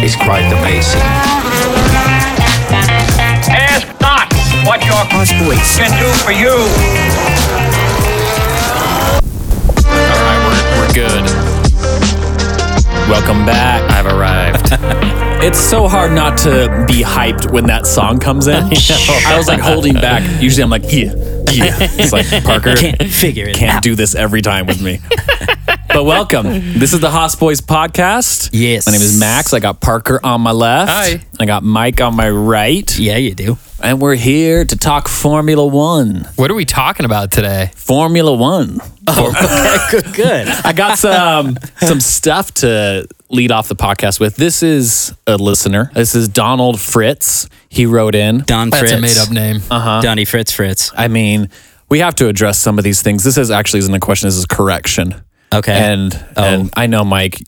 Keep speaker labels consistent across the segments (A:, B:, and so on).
A: It's quite amazing.
B: Ask not what your voice can do for you.
C: All right, we're, we're good. Welcome back.
D: I've arrived.
C: It's so hard not to be hyped when that song comes in. I was like holding back. Usually I'm like, yeah, yeah. It's like, Parker,
D: Can't figure it
C: can't
D: out.
C: do this every time with me. but welcome. This is the Hoss Boys podcast.
D: Yes.
C: My name is Max. I got Parker on my left.
D: Hi.
C: I got Mike on my right.
D: Yeah, you do.
C: And we're here to talk Formula One.
E: What are we talking about today?
C: Formula One.
D: Oh, good, good.
C: I got some some stuff to lead off the podcast with. This is a listener. This is Donald Fritz. He wrote in.
D: Don
E: That's
D: Fritz. Uh-huh.
E: a made up name.
D: Donnie Fritz Fritz.
C: I mean, we have to address some of these things. This is actually isn't a question. This is correction.
D: Okay. Oh.
C: And and I know Mike.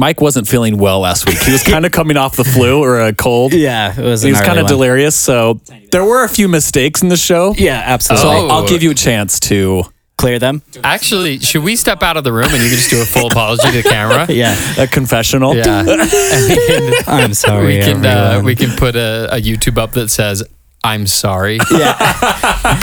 C: Mike wasn't feeling well last week. He was kind of coming off the flu or a cold.
D: Yeah, it was.
C: He
D: an
C: was
D: gnarly
C: kind of
D: one.
C: delirious. So there were a few mistakes in the show.
D: Yeah, Oh. absolutely.
C: I'll, I'll give you a chance to.
D: Clear them.
E: Actually, should we step out of the room and you can just do a full apology to the camera?
D: Yeah,
C: A confessional.
E: Yeah. And
D: I'm sorry.
E: we can uh,
D: everyone.
E: we can put a, a YouTube up that says I'm sorry.
D: yeah,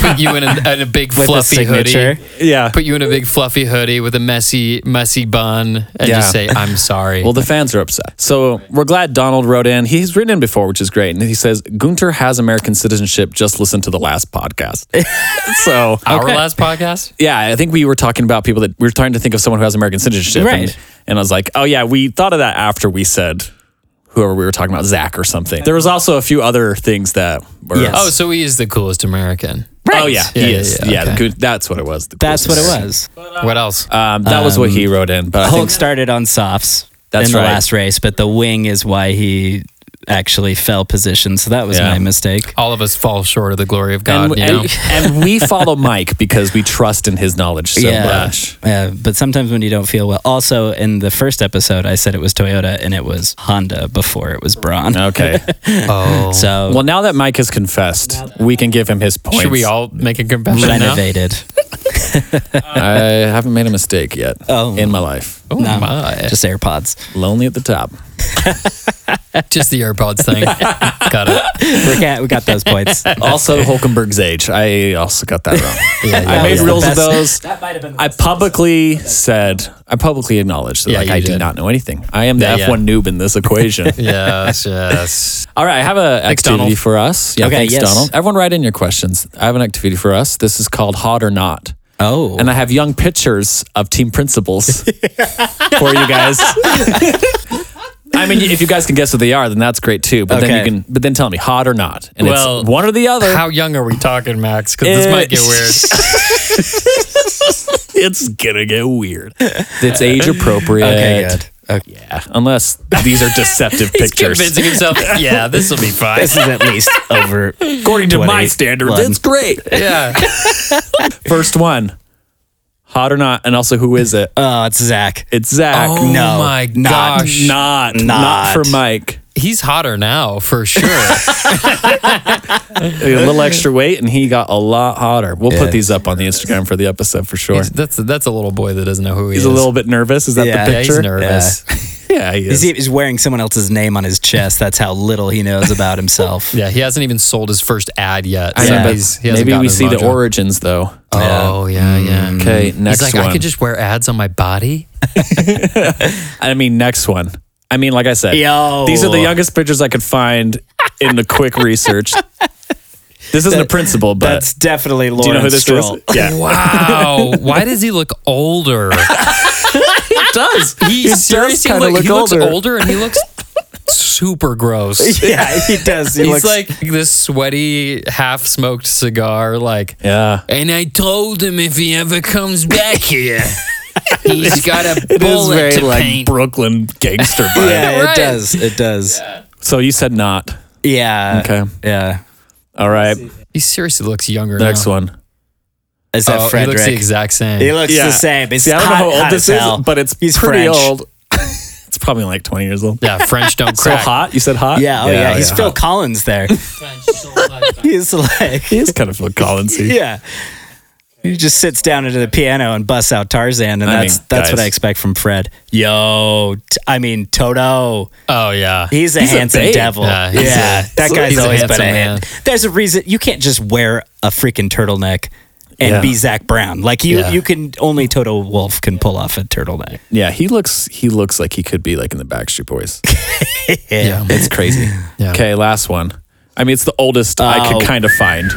E: Put you in a, in a big
D: with the
E: fluffy
D: signature.
E: hoodie.
C: Yeah.
E: Put you in a big fluffy hoodie with a messy messy bun and
C: Yeah.
E: just say I'm sorry.
C: Well, the fans are upset. So we're glad Donald wrote in. He's written in before, which is great. And he says, Gunter has American citizenship. Just listen to the last podcast. so,
E: Our
D: okay.
E: last podcast.
C: yeah, I think we were talking about people that we were trying to think of someone who has American citizenship.
D: Right.
C: And, and I was like, oh, yeah, we thought of that after we said whoever we were talking about, Zach or something. There was also a few other things that were.
D: Yes.
E: Oh, so he is the coolest American.
C: Oh, yeah.
E: Yeah,
C: he
E: yeah,
C: is.
E: yeah,
C: Yeah.
E: okay.
C: Gun- that's what it was. The
D: That's what it
C: coolest.
D: was.
E: What else?
C: Um, that was what he wrote in. But I
D: Hulk
C: think
D: started on softs
C: That's
D: in the
C: right.
D: last race, but the wing is why he actually fell position. So that was
C: Yeah.
D: my mistake.
E: All of us fall short of the glory of God.
C: and,
E: you know?
C: and, uh, and we follow Mike because we trust in his knowledge so
D: yeah.
C: much.
D: Yeah, but sometimes when you don't feel well. Also, in the first episode, I said it was Toyota and it was Honda before it was Braun.
C: Okay.
E: oh.
D: So
C: well, now that Mike has confessed, we can give him his points.
E: Should we all make a confession now?
D: renovated.
C: I haven't made a mistake yet
D: Oh.
C: in my life.
E: Oh my.
D: Just AirPods.
C: Lonely at the top.
E: Just the AirPods thing. Got it.
D: We got, we got those points.
C: Also, Hulkenberg's age. I also got that wrong.
E: Yeah,
C: I
E: yeah,
C: made
D: was the
C: reels of
D: best.
C: those. I publicly said, I publicly acknowledged that
E: Yeah,
C: like,
E: you
C: I do
E: did.
C: not know anything. I am the
E: Yeah, yeah.
C: F1 noob in this equation.
E: yes, yes.
C: All right, I have an activity
E: Donald.
C: for us. Yeah,
D: Okay,
C: thanks,
D: yes.
C: Donald. Everyone, write in your questions. I have an activity for us. This is called Hot or Not.
D: Oh,
C: And I have young pictures of team principals for you guys. I mean, if you guys can guess what they are, then that's great too. But then
D: Okay.
C: you can, but then tell me, hot or not, and
E: Well,
C: it's one or the other.
E: How young are we talking, Max? Because this might get weird.
C: it's gonna get weird. It's age appropriate.
D: okay, good. Okay.
C: Yeah, unless these are deceptive pictures.
E: Convincing himself. Yeah, this will be fine.
D: This is at least over.
C: According to my
D: 21.
C: standards, it's great.
E: Yeah.
C: First one, hot or not, and also who is it?
D: Oh, it's Zach.
C: It's Zach.
E: Oh
D: No,
E: my
D: not-
E: gosh.
C: not, not
D: Not.
C: for Mike.
E: He's hotter now for sure.
C: a little extra weight and he got a lot hotter. We'll
D: Yeah.
C: put these up on the Instagram for the episode for sure. He's,
E: that's that's a little boy that doesn't know who he is.
C: a little bit nervous. Is that
D: Yeah.
C: the
E: yeah,
C: picture?
E: he's nervous.
C: Yeah, he
D: He's,
C: is.
D: he's wearing someone else's name on his chest. That's how little he knows about himself.
E: Yeah. he hasn't even sold his first ad yet.
C: I
E: so
C: know, but
E: he's- he hasn't
C: maybe
E: gotten
C: we
E: his
C: see the
E: mojo.
C: origins though.
E: Oh yeah, yeah.
C: Okay, next
E: He's like,
C: one.
E: I could just wear ads on my body.
C: I mean, next one. I mean, like I said,
D: Yo.
C: these are the youngest pictures I could find in the quick research. This isn't a principal, but
D: That's definitely Lawrence
C: do you know who this
D: Stroll.
C: is? Yeah,
E: Wow. Why does he look older?
C: it does.
E: He,
C: does
E: seriously
C: kinda
E: look,
C: look
E: he looks
C: older.
E: older and he looks super gross.
D: yeah, he does. He
E: He's
D: looks
E: like this sweaty, half smoked cigar, like
C: Yeah.
E: and I told him if he ever comes back here, he's got a
C: It is
E: bullet
C: very
E: to
C: like
E: paint.
C: Brooklyn gangster vibe.
D: Yeah,
E: Right.
D: it does. It does.
C: So you said not.
E: Uh,
D: Yeah.
C: Okay.
D: Yeah.
C: All right.
E: he seriously looks younger.
C: Next
E: now.
C: one.
D: Is that
E: Oh, he
D: Frederick?
E: looks the exact same.
D: He looks the same. It's
C: See, I don't
D: hot,
C: know how
D: hot
C: old this
D: as hell.
C: is, but it's
D: He's
C: pretty
D: French.
C: old. it's It's probably like 20 years old.
E: Yeah, French don't
C: So
E: crack.
C: hot? You said hot?
D: Yeah, oh yeah, he's Phil
C: hot.
D: Collins there. he's like,
C: He is kind of Phil Collins.
D: yeah. He just sits down into the piano and busts out Tarzan, and
C: I
D: that's
C: mean,
D: that's what
C: guys.
D: I expect from Fred. Yo, t- I mean Toto.
E: Oh yeah.
D: He's a
C: He's a
D: handsome
C: babe.
D: devil.
E: Yeah,
D: Yeah,
E: he's a-
D: that guy's
E: he's a
D: always been a
E: handsome
D: hand.
E: man.
D: There's a reason you can't just wear a freaking turtleneck and
C: Yeah.
D: be Zach Brown. Like you,
E: Yeah.
D: you can only Toto Wolf can pull off a turtleneck.
C: Yeah, he looks he looks like he could be like in the Backstreet Boys. yeah, it's crazy.
E: Yeah.
C: Okay, last one. I mean, it's the oldest I could
D: Oh.
C: kind of find.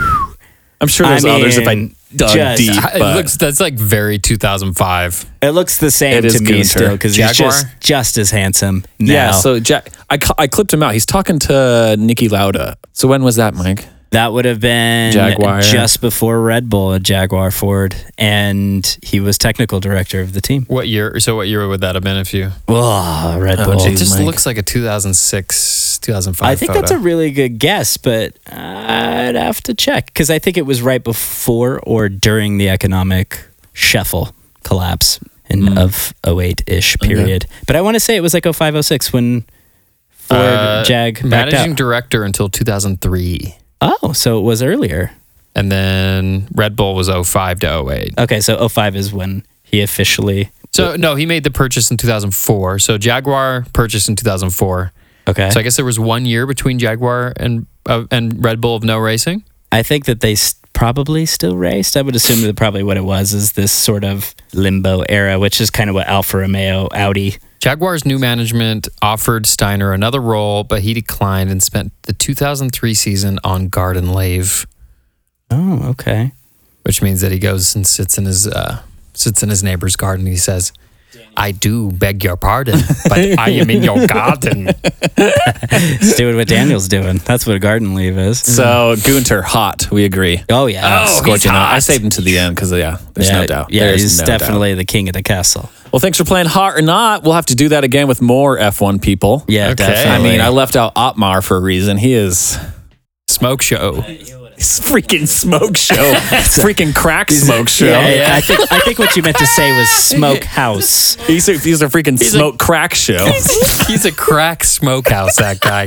C: I'm sure
D: I
C: there's others if I
D: mean,
C: dug
D: just- uh,
C: deep,
E: It
C: but
E: looks that's like very 2005.
D: It looks the same
C: It is
D: to me
C: Gunter.
D: still because he's
E: Jaguar?
D: just just as handsome. Now.
C: yeah. So Jack, I cl- I clipped him out. He's talking to Nikki Lauda. So when was that, Mike?
D: That would have been
C: Jaguar.
D: just before Red Bull at Jaguar Ford, and he was technical director of the team.
E: What year? So what year would that have been if you?
D: Oh, Red Bull.
E: it just
C: Mike.
E: looks like a 2006, 2005.
D: I think that's a
E: photo.
D: really good guess, but I'd have to check because I think it was right before or during the economic shuffle collapse in of 08 ish period. But I want to say it was like 05, 06 when Ford
E: Uh,
D: Jag backed
E: managing
D: out.
E: director until 2003,
D: oh, so it was earlier.
E: and then Red Bull was 05 to 08.
D: Okay, so 05 is when he officially.
E: So no, he made the purchase in 2004. So Jaguar purchased in 2004.
D: Okay.
E: So I guess there was one year between Jaguar and uh, and Red Bull of no racing.
D: I think that they s probably still raced. I would assume that probably what it was is this sort of limbo era, which is kind of what Alfa Romeo, Audi.
E: Jaguar's new management offered Steiner another role, but he declined and spent the 2003 season on garden leave,
D: Oh, okay.
E: which means that he goes and sits in his uh, sits in his neighbor's garden. And he says, "I do beg your pardon, but I am in your garden."
D: He's doing what Daniel's doing. That's what a garden leave is.
C: So Gunter, hot. We agree.
D: Oh yeah.
E: Oh, he's
C: Scorching hot.
E: hot.
C: I saved him to the end because yeah, there's
D: yeah,
C: no doubt.
D: Yeah,
C: There's
D: he's
C: no doubt.
D: definitely the king of the castle.
C: Well, thanks for playing hot or not. We'll have to do that again with more F1 people.
D: Yeah,
E: Okay.
D: definitely.
C: I mean, I left out Otmar for a reason. He is
E: Smoke show.
C: It's freaking smoke show. freaking crack smoke show.
D: yeah, yeah, I think I think what you meant to say was smokehouse.
C: He's, a, he's a freaking smoke crack show.
E: He's a crack smokehouse, that guy.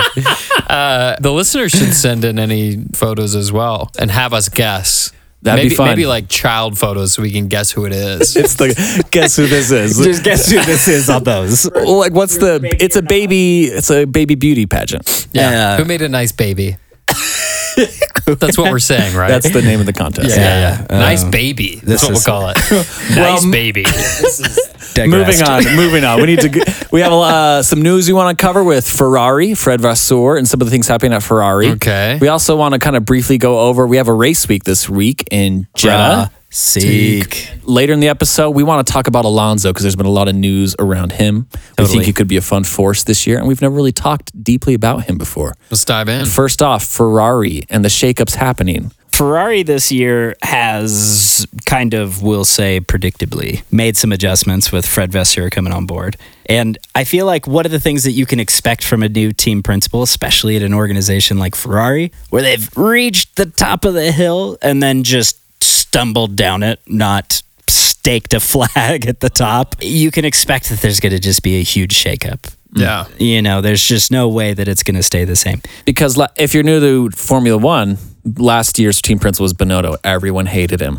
E: Uh, the listeners should send in any photos as well and have us guess.
C: That'd be
E: maybe,
C: fun.
E: Maybe like child photos so we can guess who it is.
C: it's the guess who this is.
D: Just guess who this is on those.
C: Well, like what's the? It's a baby. It's a baby beauty pageant.
E: yeah.
D: Yeah.
E: Who made a nice baby? That's what we're saying, right?
C: That's the name of the contest.
E: yeah, yeah, yeah. nice baby. That's
D: this
E: what
D: is-
E: we'll call it. nice baby.
C: Moving
D: Digressed.
C: on, moving on. We need to. g- We have uh, some news we want to cover with Ferrari, Fred Vasseur, and some of the things happening at Ferrari.
E: Okay.
C: We also want to kind of briefly go over. We have a race week this week in Jeddah.
D: Seek.
C: later in the episode, we want to talk about Alonso because there's been a lot of news around him. We think
D: Totally.
C: he could be a fun force this year, and we've never really talked deeply about him before.
E: Let's dive in.
C: First off, Ferrari and the shakeups happening.
D: Ferrari this year has kind of, we'll say, predictably made some adjustments with Fred Vasseur coming on board. And I feel like one of the things that you can expect from a new team principal, especially at an organization like Ferrari, where they've reached the top of the hill and then just stumbled down it, not staked a flag at the top, you can expect that there's going to just be a huge shakeup.
E: yeah.
D: You know, there's just no way that it's going to stay the same.
C: Because la- if you're new to Formula One, last year's team principal was Bonotto. Everyone hated him.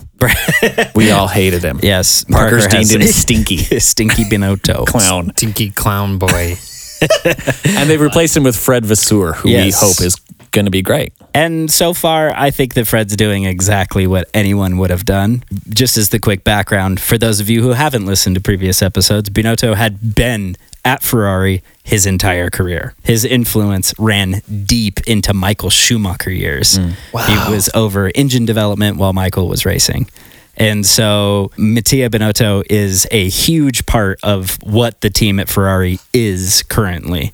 C: we all hated him.
D: Yes,
C: Parker's
D: Parker has-
C: deemed him stinky
D: Stinky Binotto.
C: clown.
E: Stinky clown boy.
C: And they've replaced him with Fred Vasseur, who
D: Yes.
C: we hope is going to be great.
D: And so far, I think that Fred's doing exactly what anyone would have done. Just as the quick background, for those of you who haven't listened to previous episodes, Binotto had been at Ferrari his entire career. His influence ran deep into Michael Schumacher years. He was over engine development while Michael was racing. And so Mattia Binotto is a huge part of what the team at Ferrari is currently.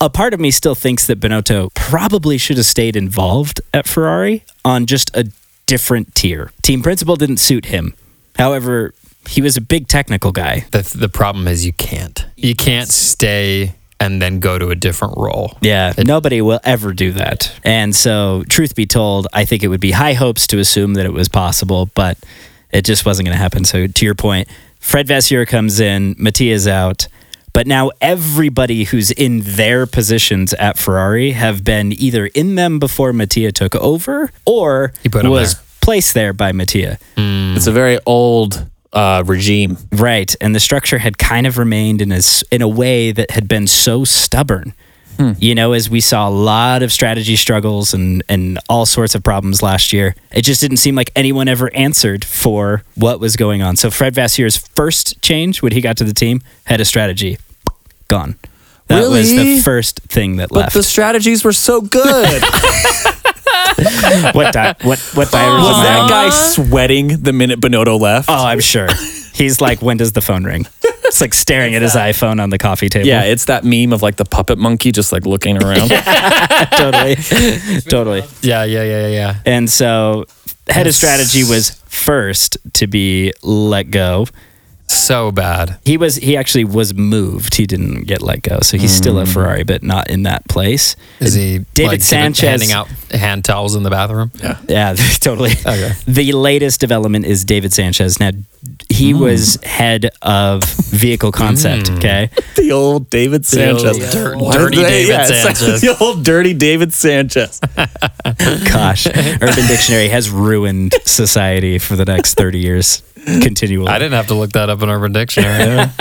D: A part of me still thinks that Binotto probably should have stayed involved at Ferrari on just a different tier. Team principal didn't suit him. However, he was a big technical guy.
E: The, the problem is you can't. You can't stay and then go to a different role.
D: Yeah, nobody will ever do that. And so, truth be told, I think it would be high hopes to assume that it was possible, but it just wasn't going to happen. So, to your point, Fred Vassier comes in, Mattia's out. But now everybody who's in their positions at Ferrari have been either in them before Mattia took over or
E: He put 'em
D: was
E: there.
D: placed there by Mattia.
C: It's a very old uh, regime.
D: Right, and the structure had kind of remained in a s in a way that had been so stubborn.
C: Hmm.
D: You know, as we saw a lot of strategy struggles and and all sorts of problems last year, it just didn't seem like anyone ever answered for what was going on. So Fred Vassier's first change when he got to the team had a strategy, gone. That was the
C: Really?
D: first thing that
C: But
D: left.
C: the strategies were so good.
D: what di- what what
C: Oh,
D: divers
C: Was
D: am I
C: that
D: on?
C: guy sweating the minute Bonotto left?
D: Oh, I'm sure. He's like, when does the phone ring? It's like staring at his iPhone on the coffee table.
C: yeah, it's that meme of like the puppet monkey just like looking around.
D: totally, totally.
E: Yeah, yeah, yeah, yeah, yeah.
D: And so, head of strategy was first to be let go.
E: So bad.
D: He was he actually was moved. He didn't get let go, so he's
E: Mm.
D: still at Ferrari, but not in that place.
E: Is he like,
D: David
E: giving-
D: Sanchez-
E: handing out hand towels in the bathroom? Yeah.
D: Yeah, totally.
E: Okay.
D: The latest development is David Sanchez. Now,
E: Mm.
D: he was head of vehicle concept. Okay,
C: the old David Sanchez.
E: old dirt-
C: Why
E: dirty
C: did
E: David
C: it's like
E: Sanchez.
C: The old dirty David Sanchez.
D: gosh, Urban Dictionary has ruined society for the next thirty years continually.
E: I didn't have to look that up in Urban Dictionary.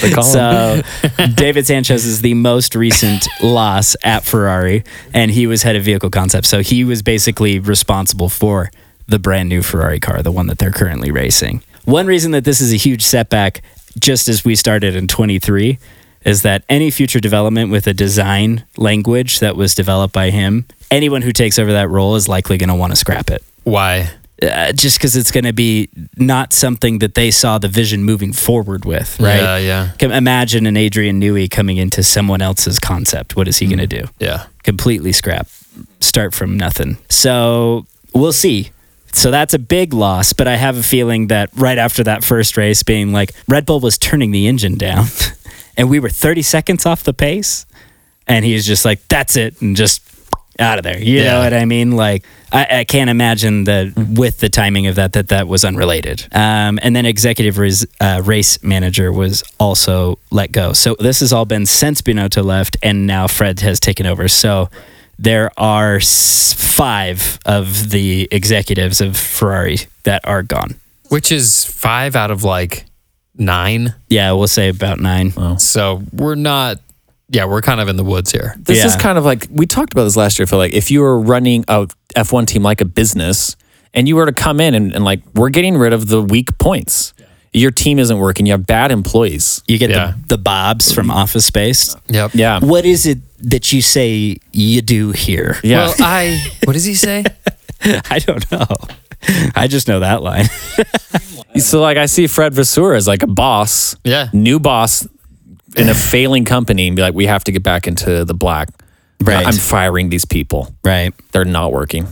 C: They call him.
D: So David Sanchez is the most recent loss at Ferrari, and he was head of vehicle concept. So he was basically responsible for the brand new Ferrari car, the one that they're currently racing. One reason that this is a huge setback, just as we started in 23, is that any future development with a design language that was developed by him, anyone who takes over that role is likely going to want to scrap it
E: Why?
D: uh, just because it's going to be not something that they saw the vision moving forward with, right?
E: Yeah, yeah.
D: Can- Imagine an Adrian Newey coming into someone else's concept. What is
E: Mm-hmm.
D: he going to do?
E: Yeah.
D: Completely scrap, start from nothing. So we'll see. So that's a big loss, but I have a feeling that right after that first race, being like Red Bull was turning the engine down and we were 30 seconds off the pace, and he's just like, that's it, and just out of there. You
E: Yeah.
D: know what I mean? Like, I, I can't imagine that with the timing of that, that that was unrelated. Um, and then executive res, uh, race manager was also let go. So this has all been since Binotto left, and now Fred has taken over. So there are s- five of the executives of Ferrari that are gone.
E: Which is five out of like nine.
D: Yeah, we'll say about nine.
E: So we're not, yeah, we're kind of in the woods here.
C: This is
D: Yeah.
C: kind of like we talked about this last year. For like, if you were running a F1 team like a business, and you were to come in and, and like, we're getting rid of the weak points. Your team isn't working. You have bad employees.
D: You get
E: Yeah.
D: the, the Bobs from Office Space.
E: Yep.
C: Yeah,
D: What is it that you say you do here?
C: yeah.
E: Well, I, what does he say?
D: I don't know. I just know that line.
C: so like, I see Fred Vassour as like a boss.
E: Yeah.
C: new boss in a failing company, and be like, we have to get back into the black.
D: Right.
C: I'm firing these people.
D: Right.
C: They're not working,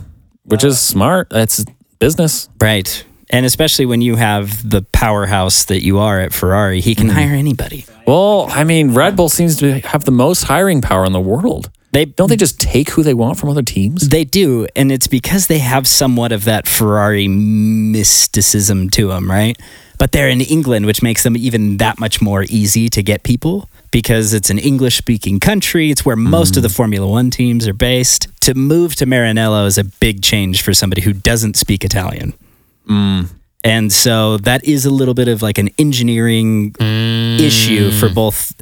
C: which
D: Uh,
C: is smart. That's business.
D: Right. And especially when you have the powerhouse that you are at Ferrari, he can hire anybody.
C: Well, I mean, Red Bull seems to have the most hiring power in the world.
D: They
C: Don't they just take who they want from other teams?
D: They do, and it's because they have somewhat of that Ferrari mysticism to them, right? But they're in England, which makes them even that much more easy to get people because it's an English speaking country. It's where most of the Formula One teams are based. To move to Maranello is a big change for somebody who doesn't speak Italian. And so that is a little bit of like an engineering issue for both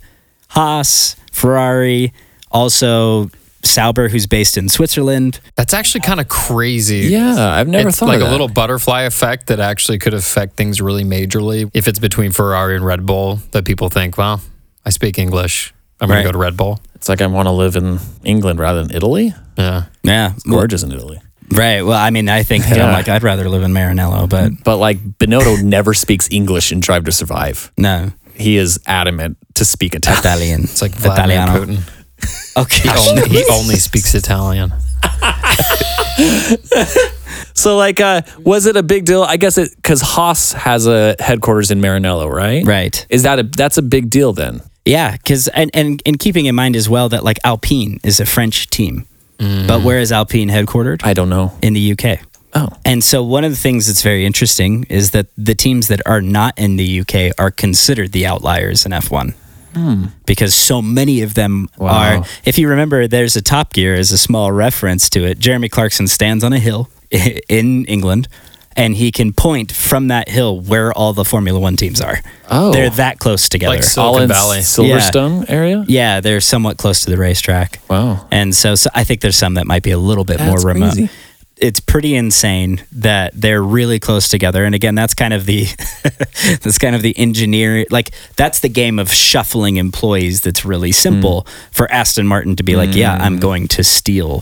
D: Haas, Ferrari, also Sauber, who's based in Switzerland.
E: That's actually kind of crazy.
C: Yeah, I've never
E: it's
C: thought
E: like
C: of
E: a
C: that.
E: little butterfly effect that actually could affect things really majorly if it's between Ferrari and Red Bull that people think, well, I speak English. I'm going
D: Right.
E: to go to Red Bull.
C: It's like I want to live in England rather than Italy.
E: Yeah.
D: Yeah.
C: Gorgeous in Italy,
D: Right. Well, I mean, I think I'm like, I'd rather live in Maranello, but
C: but like Benotto never speaks English in Drive to Survive.
D: no.
C: He is adamant to speak Italian.
D: Italian.
E: It's like Vladimir Putin.
D: Okay.
E: He only, he only speaks Italian.
C: So like, uh, was it a big deal? I guess it because Haas has a headquarters in Maranello, right?
D: Right.
C: Is that a that's a big deal then?
D: Yeah, because and, and and keeping in mind as well that like Alpine is a French team,
E: Mm.
D: but where is Alpine headquartered?
C: I don't know.
D: in the UK.
C: Oh.
D: And so one of the things that's very interesting is that the teams that are not in the UK are considered the outliers in F1. because so many of them are. If you remember, there's a Top Gear as a small reference to it. Jeremy Clarkson stands on a hill in England, and he can point from that hill where all the Formula One teams are.
C: Oh.
D: they're that close together.
E: Like so-
C: all
E: Silicon
C: in
E: Valley.
C: Silverstone area.
D: yeah, they're somewhat close to the racetrack.
C: Wow.
D: And so, so I think there's some that might be a little bit
C: That's
D: more remote.
C: crazy.
D: It's pretty insane that they're really close together. And again, that's kind of the that's kind of the engineer like that's the game of shuffling employees that's really simple
C: Hmm.
D: for Aston Martin to be like, yeah, I'm going to steal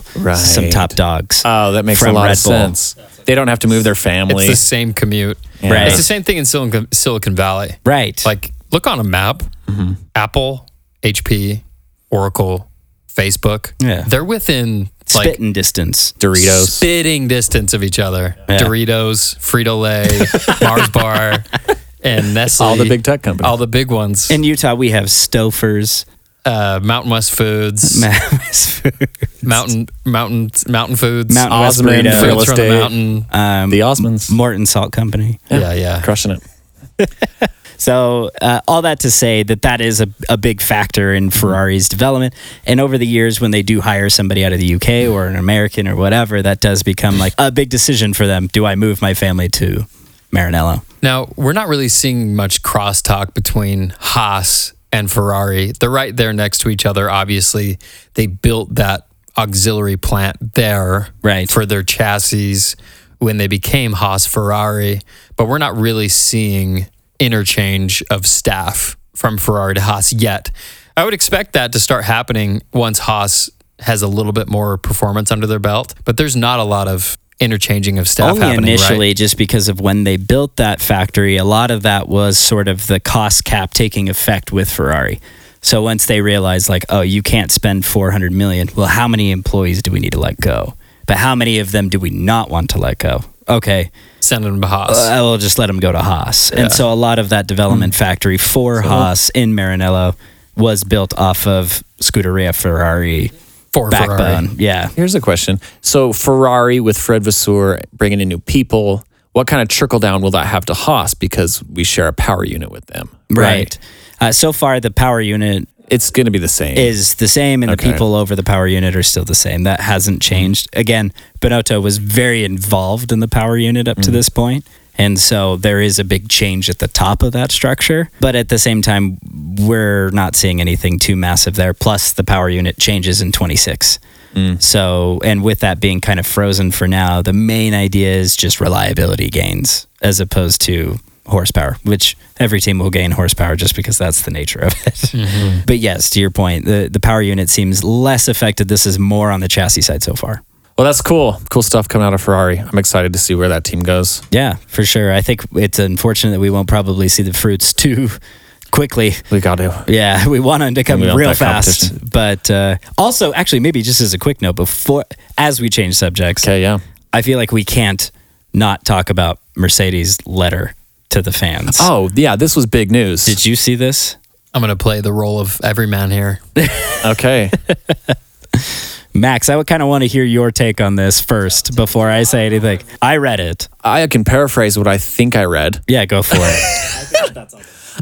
D: some
C: Right.
D: top dogs.
C: Oh, that makes
D: from
C: a lot
D: Red
C: of
D: Bull.
C: sense. They don't have to move their family.
E: It's the same commute.
D: Right.
E: It's the same thing in Silicon, Silicon Valley.
D: Right.
E: Like, look on a map.
C: Mm-hmm.
E: Apple, HP, Oracle, Facebook.
D: Yeah.
E: They're within like
D: spitting distance.
C: Doritos.
E: spitting distance of each other.
D: Yeah.
E: Doritos, Frito Lay, Mars Bar, and Nestle.
C: All the big tech companies.
E: All the big ones.
D: In Utah, we have Stofers,
E: uh, Mountain West Foods, Mountain Mountain Mountain Foods,
D: Mountain West
C: Osmond
D: Burrito,
C: Real
E: Fields from the
C: Estate.
E: Mountain.
D: um,
C: the Osmonds.
D: Morton Salt Company.
C: Uh,
E: yeah, yeah.
C: Crushing it.
D: So uh, all that to say that that is a, a big factor
E: Mm-hmm.
D: in Ferrari's development. And over the years, when they do hire somebody out of the UK or an American or whatever, that does become like a big decision for them. Do I move my family to Maranello?
E: Now, we're not really seeing much crosstalk between Haas and Ferrari. They're right there next to each other. Obviously, they built that auxiliary plant there
D: Right.
E: for their chassis when they became Haas Ferrari, but we're not really seeing interchange of staff from Ferrari to Haas yet. I would expect that to start happening once Haas has a little bit more performance under their belt, but there's not a lot of interchanging of staff
D: Only
E: happening right?
D: initially, just because of when they built that factory, a lot of that was sort of the cost cap taking effect with Ferrari. So once they realized, like, oh, you can't spend 400 million, well, how many employees do we need to let go? But how many of them do we not want to let go? Okay,
E: sending them to Haas.
D: I will Uh, just let them go to Haas. And so a lot of that development factory for Haas in Maranello was built off of Scuderia Ferrari
E: for
D: backbone.
E: Ferrari.
D: Yeah.
C: Here's a question. So Ferrari with Fred Vasseur bringing in new people, what kind of trickle down will that have to Haas because we share a power unit with them?
D: Right. Uh, so far, the power unit
C: It's going to be the same.
D: is the same, and
C: Okay.
D: the people over the power unit are still the same. That hasn't changed. Again, Benotto was very involved in the power unit up to this point, and so there is a big change at the top of that structure. But at the same time, we're not seeing anything too massive there. Plus, the power unit changes in 26. Mm. So, and with that being kind of frozen for now, the main idea is just reliability gains as opposed to horsepower, which every team will gain horsepower just because that's the nature of it. But yes, to your point, the, the power unit seems less affected. This is more on the chassis side so far.
C: well, that's cool. Cool stuff coming out of Ferrari. I'm excited to see where that team goes.
D: Yeah, for sure. I think it's unfortunate that we won't probably see the fruits too quickly.
C: We got to.
D: Yeah, we want them to come
C: We want
D: real
C: that competition.
D: fast. But uh, also, actually, maybe just as a quick note before, as we change subjects,
C: Okay, yeah.
D: I feel like we can't not talk about Mercedes' letter to the fans.
C: Oh, yeah, this was big news.
D: did you see this?
E: I'm going to play the role of every man here.
C: Okay.
D: Max, I would kind of want to hear your take on this first before I say anything. I read it.
C: I can paraphrase what I think I read.
D: Yeah, go for it.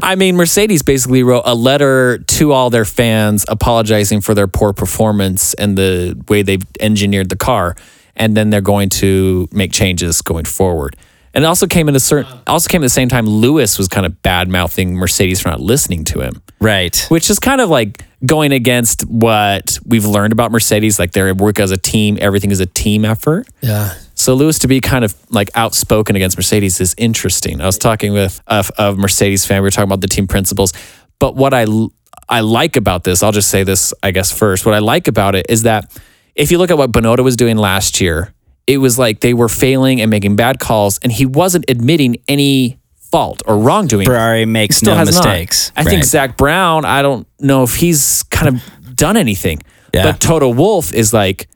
C: I mean, Mercedes basically wrote a letter to all their fans apologizing for their poor performance and the way they've engineered the car, and then they're going to make changes going forward. And it also came at a certain, also came at the same time. Lewis was kind of bad mouthing Mercedes for not listening to him,
D: right.
C: which is kind of like going against what we've learned about Mercedes. Like they work as a team, everything is a team effort.
E: Yeah.
C: So Lewis to be kind of like outspoken against Mercedes is interesting. I was talking with a, a Mercedes fan. We were talking about the team principles, but what I l- I like about this, I'll just say this, I guess first. What I like about it is that if you look at what Bonota was doing last year, it was like they were failing and making bad calls, and he wasn't admitting any fault or wrongdoing.
D: Ferrari makes
C: Still
D: no
C: has not.
D: mistakes.
C: I think
D: Right.
C: Zach Brown. I don't know if he's kind of done anything,
D: Yeah.
C: but Toto Wolf is like,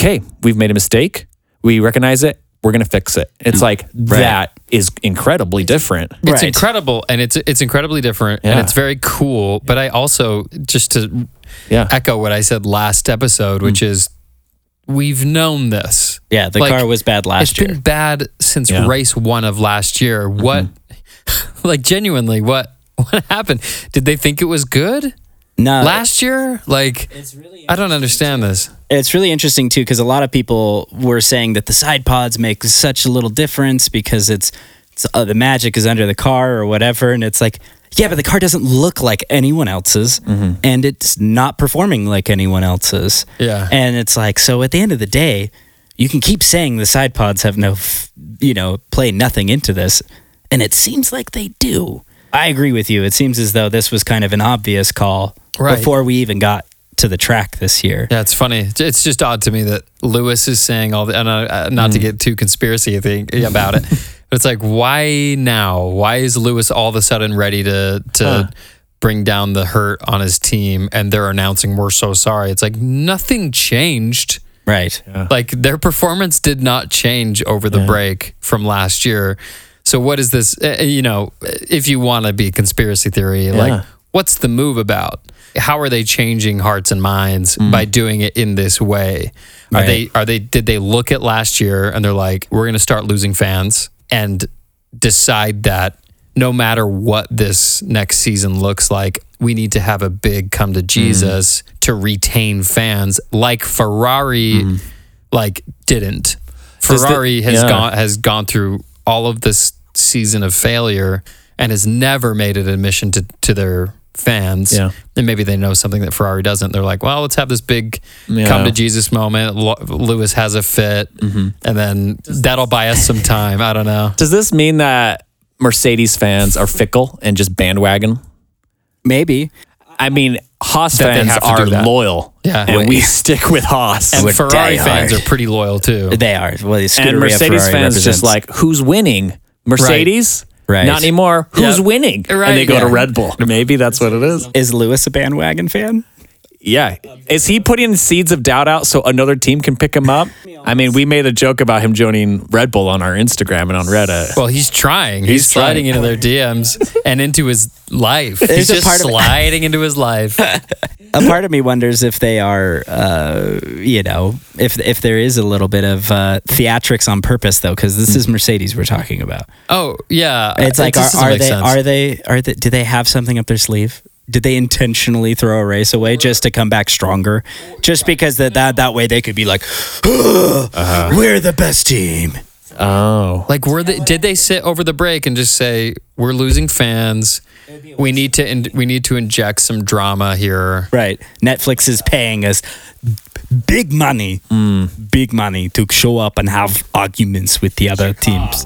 C: okay, we've made a mistake. We recognize it. We're gonna fix it. It's
E: Hmm.
C: like that is incredibly different.
E: It's
D: Right.
E: incredible and it's it's incredibly different and
C: Yeah.
E: it's very cool, but I also just to
C: Yeah.
E: echo what I said last episode, which is we've known this.
D: Hmm. Yeah, the
E: Like,
D: car was bad last
E: It's
D: year.
E: been
D: Mm-hmm.
E: bad since
C: Yeah.
E: race 1 of last year. What like genuinely what what happened? Did they think it was good?
D: No,
E: Last year, like I don't understand this.
D: it's really interesting too because a lot of people were saying that the side pods make such a little difference because it's, it's uh, the magic is under the car or whatever, and it's like. Yeah, but the car doesn't look like anyone else's,
E: Mm-hmm.
D: and it's not performing like anyone else's.
E: Yeah.
D: and it's like so. At the end of the day, you can keep saying the side pods have no, f- you know, play nothing into this, and it seems like they do. I agree with you. It seems as though this was kind of an obvious call
E: Right.
D: before we even got to the track this year.
E: Yeah, it's funny. It's- It's just odd to me that Lewis is saying all the, and uh, uh, not to get too conspiracy thing about it, but it's like, why now? Why is Lewis all of a sudden ready to to bring down the hurt on his team? And they're announcing, "We're so sorry." It's like nothing changed.
D: Right.
E: Like their performance did not change over the break from last year. So what is this? uh, uh, You know, if you want to be conspiracy theory, like what's the move about? How are they changing hearts and minds by doing it in this way? Are they are they did they look at last year and they're like we're going to start losing fans and decide that no matter what this next season looks like, we need to have a big come to Jesus to retain fans like Ferrari like didn't.
C: Does the-
E: Ferrari has
C: yeah.
E: gone has gone through all of this season of failure and has never made it a mission to, to their fans.
C: Yeah.
E: And maybe they know something that Ferrari doesn't. They're like, well, let's have this big
C: Yeah.
E: come to Jesus moment. Lo- Lewis has a fit,
D: Mm-hmm.
E: and then that'll buy us some time. I don't know.
C: Does this mean that Mercedes fans are fickle and just bandwagon?
D: Maybe.
C: I mean, Haas
E: That they
C: fans
E: have to
C: are
E: do that.
C: loyal.
E: Yeah.
C: And
E: Wait.
C: we stick with Haas.
E: And
C: And,
E: Ferrari
D: die
E: fans are
D: hard.
E: pretty loyal too.
D: They are. Well, the Scuderia
C: Mercedes
D: Ferrari
C: fans
D: represents-
C: just like, who's winning? Mercedes?
D: Right.
C: Not anymore. Who's
E: Yep.
C: winning?
E: Right,
C: And they go to
E: yeah.
C: Red Bull. Maybe that's what it is.
D: Is Lewis a bandwagon fan?
C: Yeah. Is he putting seeds of doubt out so another team can pick him up? I mean, we made a joke about him joining Red Bull on our Instagram and on Reddit.
E: Well, he's trying. He's,
C: He's
E: sliding
C: trying.
E: into their DMs and into his life. he's
D: There's a
E: just
D: part of-
E: sliding into his life.
D: A part of me wonders if they are, uh, you know, if if there is a little bit of uh, theatrics on purpose though, because this is Mercedes we're talking about.
E: Oh yeah,
D: It's
E: It
D: like,
E: just
D: are,
E: doesn't
D: are
E: make
D: they
E: sense.
D: are they are they do they have something up their sleeve? Did they intentionally throw a race away just to come back stronger? Just because that that, that way they could be like, we're the best team.
C: Oh.
E: Like, were they? Did they sit over the break and just say we're losing fans? We need to in, we need to inject some drama here.
D: Right. Netflix is paying us big money, big money to show up and have arguments with the other teams.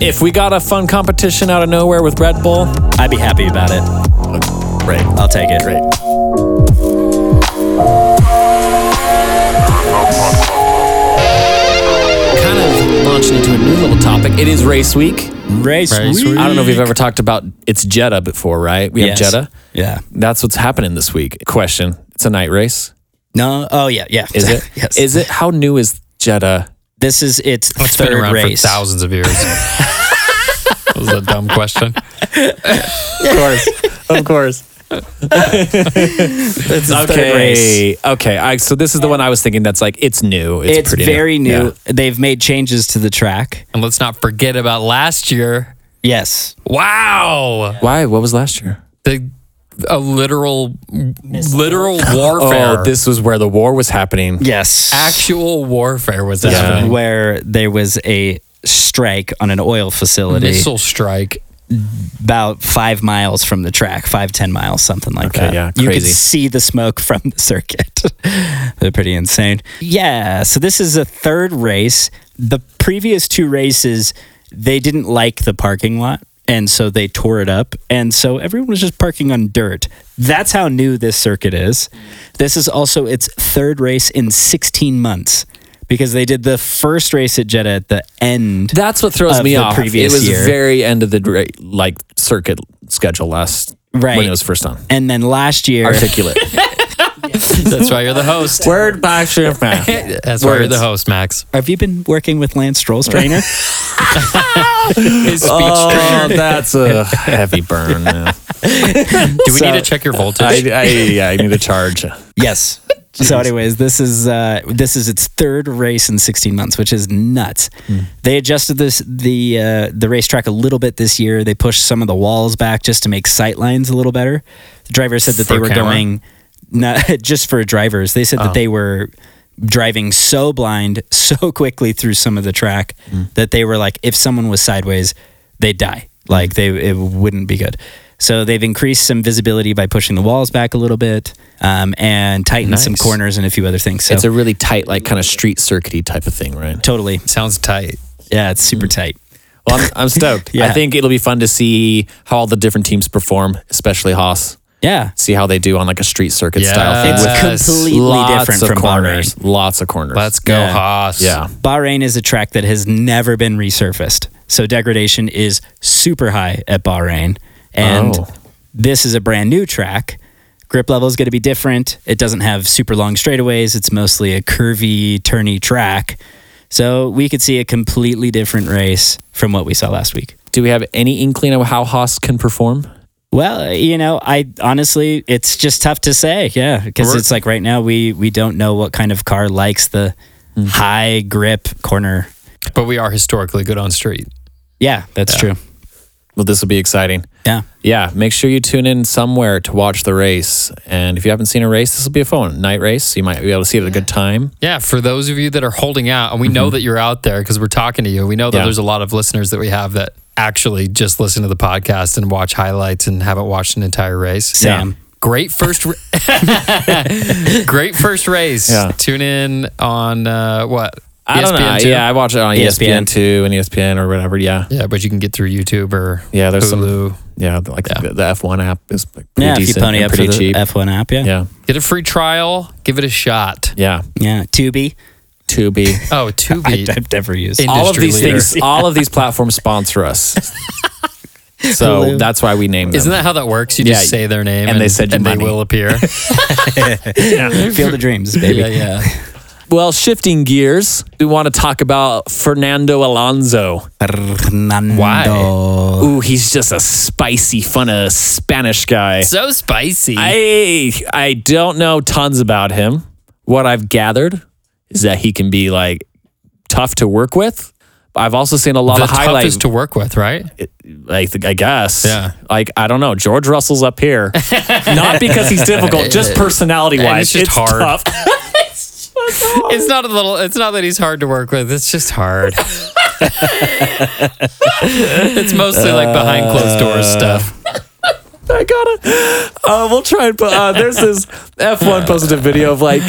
C: If we got a fun competition out of nowhere with Red Bull,
D: I'd be happy about it.
C: great.
D: I'll take it.
C: Great. Kind of launching into a new little topic. It is race week.
D: Race,
E: Race
D: week.
E: week.
C: I don't know if we've ever talked about it's Jeddah before, right? We
D: Yes.
C: have Jeddah.
D: Yeah.
C: That's what's happening this week. Question: It's a night race.
D: No. Oh, yeah. Yeah.
C: Is it?
D: yes.
C: Is it? How new is Jeddah?
D: this is its
E: It's
D: third
E: been around
D: race.
E: for thousands of years. that was a dumb question.
C: Of course, of course.
D: It's its third race.
C: Okay, okay. I, so this is the one I was thinking. That's like it's new. It's,
D: It's
C: pretty
D: very new.
C: Yeah.
D: They've made changes to the track.
E: And let's not forget about last year.
D: Yes.
E: Wow,
C: Why? What was last year?
E: the a literal literal warfare.
C: Oh, this was where the war was happening.
D: Yes.
E: actual warfare was happening.
D: Where there was a strike on an oil facility.
E: Missile strike.
D: about five miles from the track, five, ten miles, something like
C: Okay,
D: that.
C: yeah,
D: You could
C: crazy.
D: see the smoke from the circuit. They're pretty insane. Yeah, so this is a third race. The previous two races, they didn't like the parking lot. And so they tore it up. And so everyone was just parking on dirt. That's how new this circuit is. This is also its third race in 16 months because they did the first race at Jeddah at the end.
C: That's what throws
D: Of
C: me
D: the
C: off.
D: previous
C: it was
D: year.
C: very end of the dra- like circuit schedule last
D: Right.
C: when it was first on.
D: and then last year,
C: Articulate
E: That's why you're the host.
C: word by shift man.
E: That's why you're
C: Words.
E: the host, Max.
D: Have you been working with Lance Stroll's trainer?
E: His speech.
C: Oh, that's a heavy burn. man.
E: Do we
D: so-
E: need to check your voltage?
C: I, I, yeah, I need a charge.
D: yes. So, anyways, this is uh, this is its third race in 16 months, which is nuts.
E: Hmm.
D: They adjusted this the uh, the racetrack a little bit this year. They pushed some of the walls back just to make sight lines a little better. The driver said that
E: For
D: they were
E: camera?
D: going not just for drivers. They said that
C: Oh.
D: they were driving so blind so quickly through some of the track
C: Hmm.
D: that they were like, if someone was sideways, they'd die. Like they it wouldn't be good. So they've increased some visibility by pushing the walls back a little bit um, and tightened some
E: Nice.
D: corners and a few other things. So
C: It's a really tight, like kind of street circuity type of thing, right?
D: totally,
E: Sounds tight.
D: yeah, it's super
C: Hmm.
D: tight.
C: Well, I'm, I'm stoked.
D: Yeah.
C: I think it'll be fun to see how all the different teams perform, especially Haas.
D: Yeah,
C: See how they do on like a street circuit style thing.
E: Yes.
C: with
D: it's completely
C: Uh, lots
D: different
C: of
D: from
C: corners.
D: Bahrain.
C: Lots of corners.
E: Let's go,
D: Yeah.
E: Haas.
C: yeah.
D: Bahrain is a track that has never been resurfaced. So degradation is super high at Bahrain. And
C: Oh.
D: this is a brand new track. Grip level is going to be different. It doesn't have super long straightaways. It's mostly a curvy, turny track. So we could see a completely different race from what we saw last week.
C: Do we have any inkling of how Haas can perform?
D: Well, you know, I honestly, it's just tough to say. Yeah, because
E: We're-
D: it's like right now we we don't know what kind of car likes the high grip corner.
E: But we are historically good on street.
D: Yeah, that's true.
C: Well, this will be exciting.
D: Yeah.
C: Yeah, make sure you tune in somewhere to watch the race. And if you haven't seen a race, this will be a fun night race. you might be able to see it at a good time.
E: Yeah, for those of you that are holding out, and we know that you're out there because we're talking to you. We know that
C: Mm-hmm. Yeah.
E: there's a lot of listeners that we have that actually just listen to the podcast and watch highlights and haven't watched an entire race.
D: Sam.
E: Great first, ra- great first race.
C: Yeah.
E: Tune in on uh, what?
C: I don't know.
E: ESPN too?
C: Yeah, I watch it on ESPN.
D: ESPN.
C: two and E ESPN or whatever. Yeah,
E: yeah, but you can get through YouTube or
C: yeah. There's
E: Hulu.
C: some. Yeah, like The, the F1 app is like pretty
D: Yeah, if you
C: decent
D: pony
C: and
D: up for
C: pretty
D: the
C: cheap.
D: F1 app, yeah.
C: yeah,
E: Get a free trial. Give it a shot.
C: yeah.
D: Yeah, Tubi.
C: Tubi.
E: Oh, Tubi.
D: I've never used.
E: In-
C: all of
E: Industry
C: these
E: leader.
C: things. All of these platforms sponsor us. so
D: Hulu.
C: that's why we named them.
E: Isn't that how that works? You
C: Yeah,
E: just say their name,
C: and they send you
E: and
C: money.
E: they will appear.
D: Field of Dreams, baby.
E: yeah, yeah.
C: well, shifting gears, we want to talk about Fernando Alonso.
D: Fernando.
C: Ooh, he's just a spicy, fun, uh, Spanish guy.
E: So spicy.
C: I I don't know tons about him. What I've gathered is that he can be like tough to work with. I've also seen a lot
E: the
C: of highlights.
E: toughest to work with, right?
C: like I guess,
E: Yeah.
C: Like I don't know. George Russell's up here, not because he's difficult, just personality
E: And
C: wise.
E: it's just hard.
C: tough.
E: It's not a little. It's not that he's hard to work with. It's just hard. it's mostly like behind closed
C: Uh,
E: doors stuff.
C: I gotta. Uh, we'll try and put. Uh, there's this F1 posted a video of like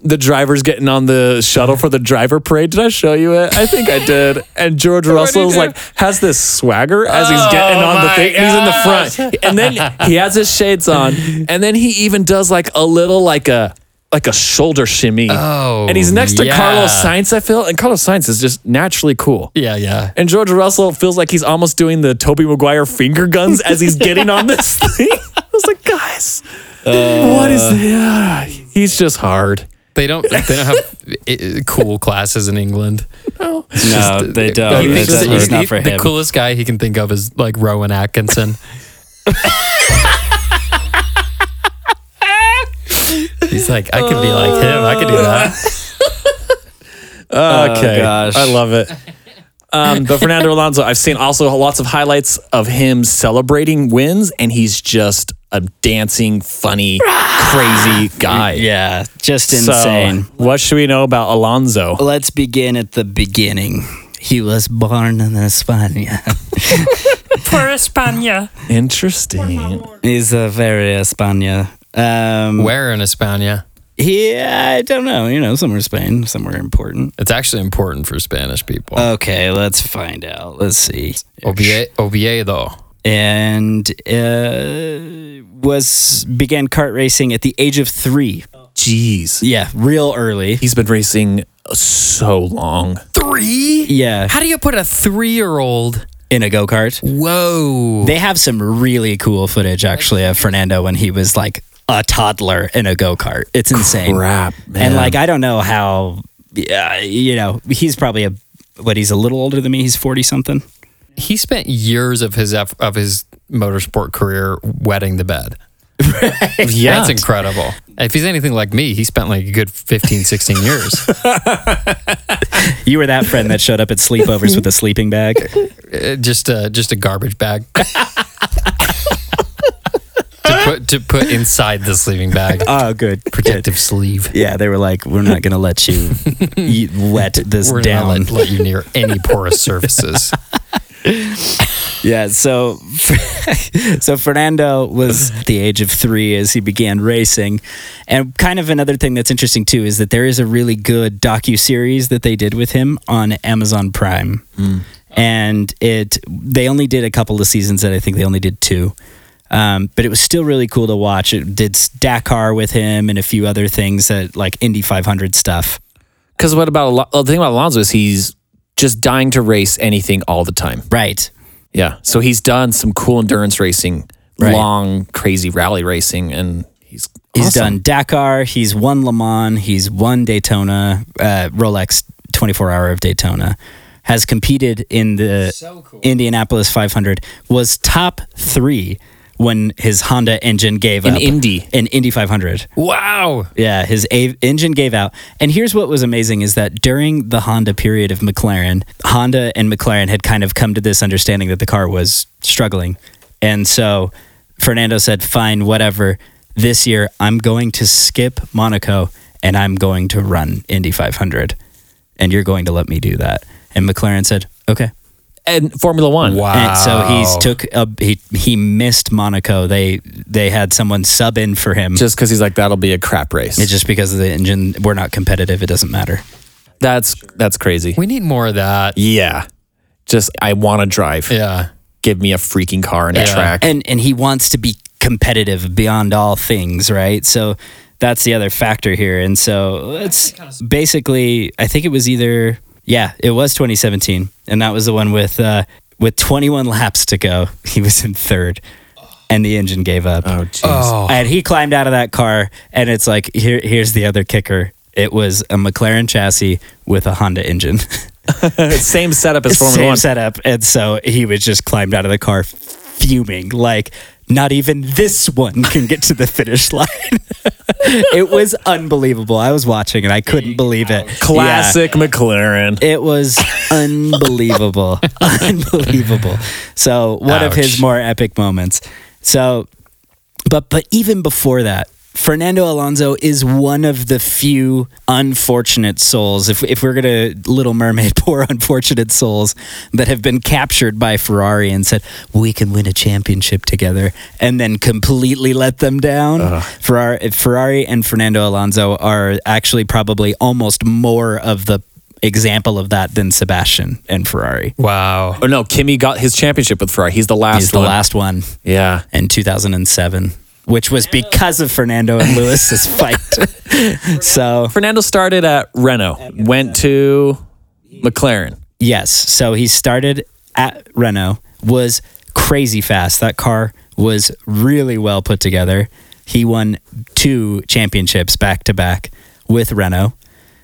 C: the drivers getting on the shuttle for the driver parade. Did I show you it? I think I did. And George Russell's
E: do?
C: like has this swagger as he's
E: Oh
C: getting on the
E: my
C: thing. He's in the front, and then he has his shades on, and then he even does like a little like a like a shoulder shimmy.
E: Oh,
C: and he's next to
E: yeah.
C: Carlos Sainz. I feel, and Carlos Sainz is just naturally cool.
E: Yeah, yeah.
C: And George Russell feels like he's almost doing the Toby Maguire finger guns as he's getting on this thing. I was like, guys, what is that? He's just hard.
E: They don't. They don't have i- i- cool classes in England.
D: No, they don't.
E: Oh, he thinks that
D: That's not-
E: he's,
D: it's not
E: he-
D: for
E: the
D: him.
E: coolest guy he can think of is like Rowan Atkinson. he's like, I could be like him. I could do that.
C: Okay. I love it. Um, but Fernando Alonso, I've seen also lots of highlights of him celebrating wins, and he's just a dancing, funny, crazy guy.
D: Yeah, just
C: So,
D: insane.
C: what should we know about Alonso?
D: Let's begin at the beginning. He was born in España.
C: Interesting.
D: He's a very España. Um,
E: Where in España?
D: He, I don't know, you know, somewhere Spain, somewhere important.
E: It's actually important for Spanish people.
D: Okay, let's find out. Let's see.
E: Obie- Oviedo.
D: And uh, was began kart racing at the age of three.
C: Jeez.
D: Yeah, real early.
C: He's been racing so long.
E: Three?
D: Yeah,
E: How do you put a three year old?
D: in a go kart.
E: Whoa.
D: They have some really cool footage actually of Fernando when he was like a toddler in a go kart. It's insane.
C: Crap, man.
D: And like I don't know how, yeah, you know, he's probably a what? He's a little older than me. He's forty something.
E: he spent years of his eff- of his motorsport career wetting the bed.
C: Yeah.
E: That's incredible. If he's anything like me, he spent like a good 15, 16 years.
D: You were that friend that showed up at sleepovers with a sleeping bag.
E: Uh, just a just a garbage bag to put to put inside the sleeping bag.
D: Oh, good. good.
E: Protective sleeve.
D: Yeah, they were like, we're not going to let you y- let this
E: We're
D: down.
E: not let, let you near any porous surfaces.
D: Yeah, so so Fernando was the age of three as he began racing, and kind of another thing that's interesting too is that there is a really good docu series that they did with him on Amazon Prime, and it they only did a couple of seasons that I think they only did two, um, but it was still really cool to watch. It did s- Dakar with him and a few other things that like Indy 500 stuff.
C: Because what about Alon- well, the thing about Alonso is he's just dying to race anything all the time.
D: Right.
C: Yeah. So he's done some cool endurance racing,
D: Right.
C: long, crazy rally racing, and he's
D: He's
C: awesome.
D: done Dakar. He's won Le Mans. He's won Daytona, uh, Rolex 24 Hour of Daytona. Has competed in the Indianapolis 500. Was top three when his Honda engine gave
C: In
D: up.
C: Indy.
D: In Indy 500.
E: Wow.
D: Yeah, his a- engine gave out. And here's what was amazing is that during the Honda period of McLaren, Honda and McLaren had kind of come to this understanding that the car was struggling. And so Fernando said, "Fine, whatever. This year I'm going to skip Monaco and I'm going to run Indy 500 and you're going to let me do that." And McLaren said, "Okay."
C: And Formula One.
D: And so he's
E: Wow.
D: took a, he he missed Monaco. They they had someone sub in for him.
C: Just because he's like, that'll be a crap race.
D: It's just because of the engine, we're not competitive. It doesn't matter.
C: that's that's crazy.
E: We need more of that.
C: yeah. Just I want to drive.
E: Yeah.
C: Give me a freaking car and a
E: Yeah.
C: track.
D: And and he wants to be competitive beyond all things, right? So that's the other factor here. And so it's basically, I think it was either, yeah, it was 2017, and that was the one with uh, with 21 laps to go. He was in third, and the engine gave up.
C: oh, jeez.
D: And uh, he climbed out of that car, and it's like here, here's the other kicker. It was a McLaren chassis with a Honda engine.
C: Same setup as Formula
D: same
C: One.
D: setup, and so he was just climbed out of the car fuming, like not even this one can get to the finish line. it was unbelievable. I was watching and I couldn't believe it.
C: Classic McLaren.
D: Yeah, it was unbelievable, unbelievable. So one of his
E: Ouch.
D: more epic moments. So, but but even before that. Fernando Alonso is one of the few unfortunate souls, if, if we're going to Little Mermaid, poor unfortunate souls that have been captured by Ferrari and said, we can win a championship together, and then completely let them down. Ferrari, Ferrari and Fernando Alonso are actually probably almost more of the example of that than Sebastian and Ferrari.
E: Wow.
C: Oh no, Kimmy got his championship with Ferrari. He's the last
D: He's the
C: one.
D: last one
C: Yeah.
D: in 2007, which was because of Fernando and Lewis's fight. so,
C: Fernando started at Renault, went to McLaren.
D: yes. So he started at Renault, was crazy fast. That car was really well put together. He won two championships back to back with Renault.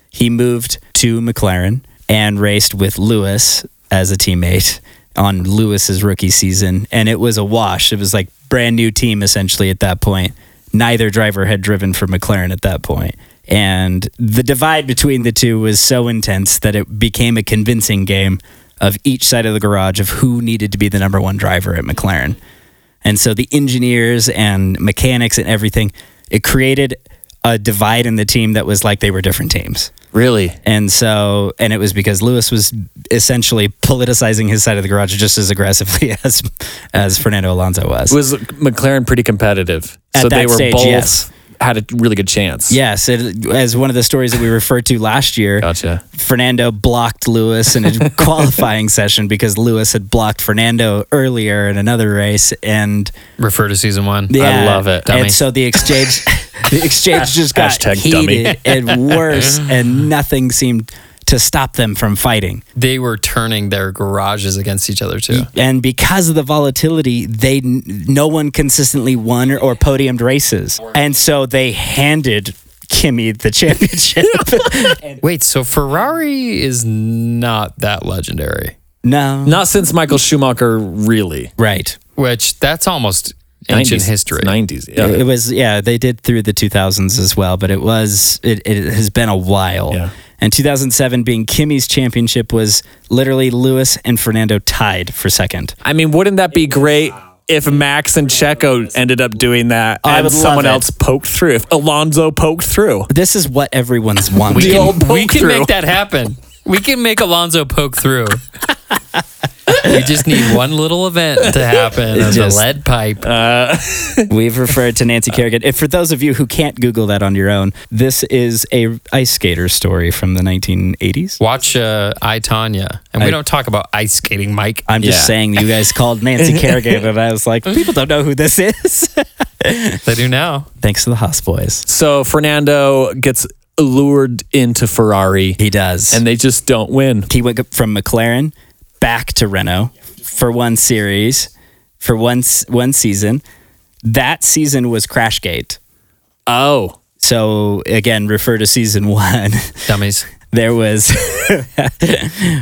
D: He moved to McLaren and raced with Lewis as a teammate on Lewis's rookie season. And it was a wash. It was like brand new team essentially at that point. Neither driver had driven for McLaren at that point. And the divide between the two was so intense that it became a convincing game of each side of the garage of who needed to be the number one driver at McLaren. And so the engineers and mechanics and everything, it created a divide in the team that was like they were different teams.
C: Really?
D: And so, and it was because Lewis was essentially politicizing his side of the garage just as aggressively as as Fernando Alonso was.
C: Was McLaren pretty competitive?
D: At
C: so they
D: that
C: were
D: stage,
C: both
D: yes.
C: had a really good chance.
D: yes, it, as one of the stories that we referred to last year,
C: Gotcha.
D: Fernando blocked Lewis in a qualifying session because Lewis had blocked Fernando earlier in another race, and
E: Refer to season one. I
D: Yeah.
E: love it. Dummy.
D: And so the exchange, the exchange just got
C: Hashtag
D: heated and worse, and nothing seemed to stop them from fighting.
E: they were turning their garages against each other too.
D: And because of the volatility, they n- no one consistently won or, or podiumed races, and so they handed Kimmy the championship.
E: Wait, so Ferrari is not that legendary,
D: no,
C: Not since Michael Schumacher, really.
D: right.
E: which that's almost ancient history.
C: 90s. Yeah.
D: It, it was yeah, they did through the 2000s as well, but it was it, it has been a while.
C: Yeah.
D: And 2007 being Kimmy's championship was literally Lewis and Fernando tied for second.
C: I mean, wouldn't that be great if Max and Checo ended up doing that
D: I
C: and
D: would love
C: someone
D: it.
C: else poked through? If Alonso poked through,
D: This is what everyone's wanting.
E: We
C: old
E: can, we
C: poke
E: can
C: through.
E: make that happen. We can make Alonzo poke through. we just need one little event to happen as
D: just- uh,
E: a lead pipe.
D: We've referred to Nancy Kerrigan. If for those of you who can't Google that on your own, this is a ice skater story from the 1980s.
E: Watch uh, I Tanya, and we don't talk about ice skating, Mike.
D: I'm just
C: Yeah.
D: saying you guys called Nancy Kerrigan, and I was like, people don't know who this is.
E: They do now.
D: Thanks to the Haas boys.
C: so Fernando gets lured into Ferrari
D: He does.
C: and they just don't win.
D: he went from McLaren back to Renault for one series, for one s- one season. That season was Crashgate.
C: Oh,
D: So again, refer to season one.
E: Dummies.
D: There was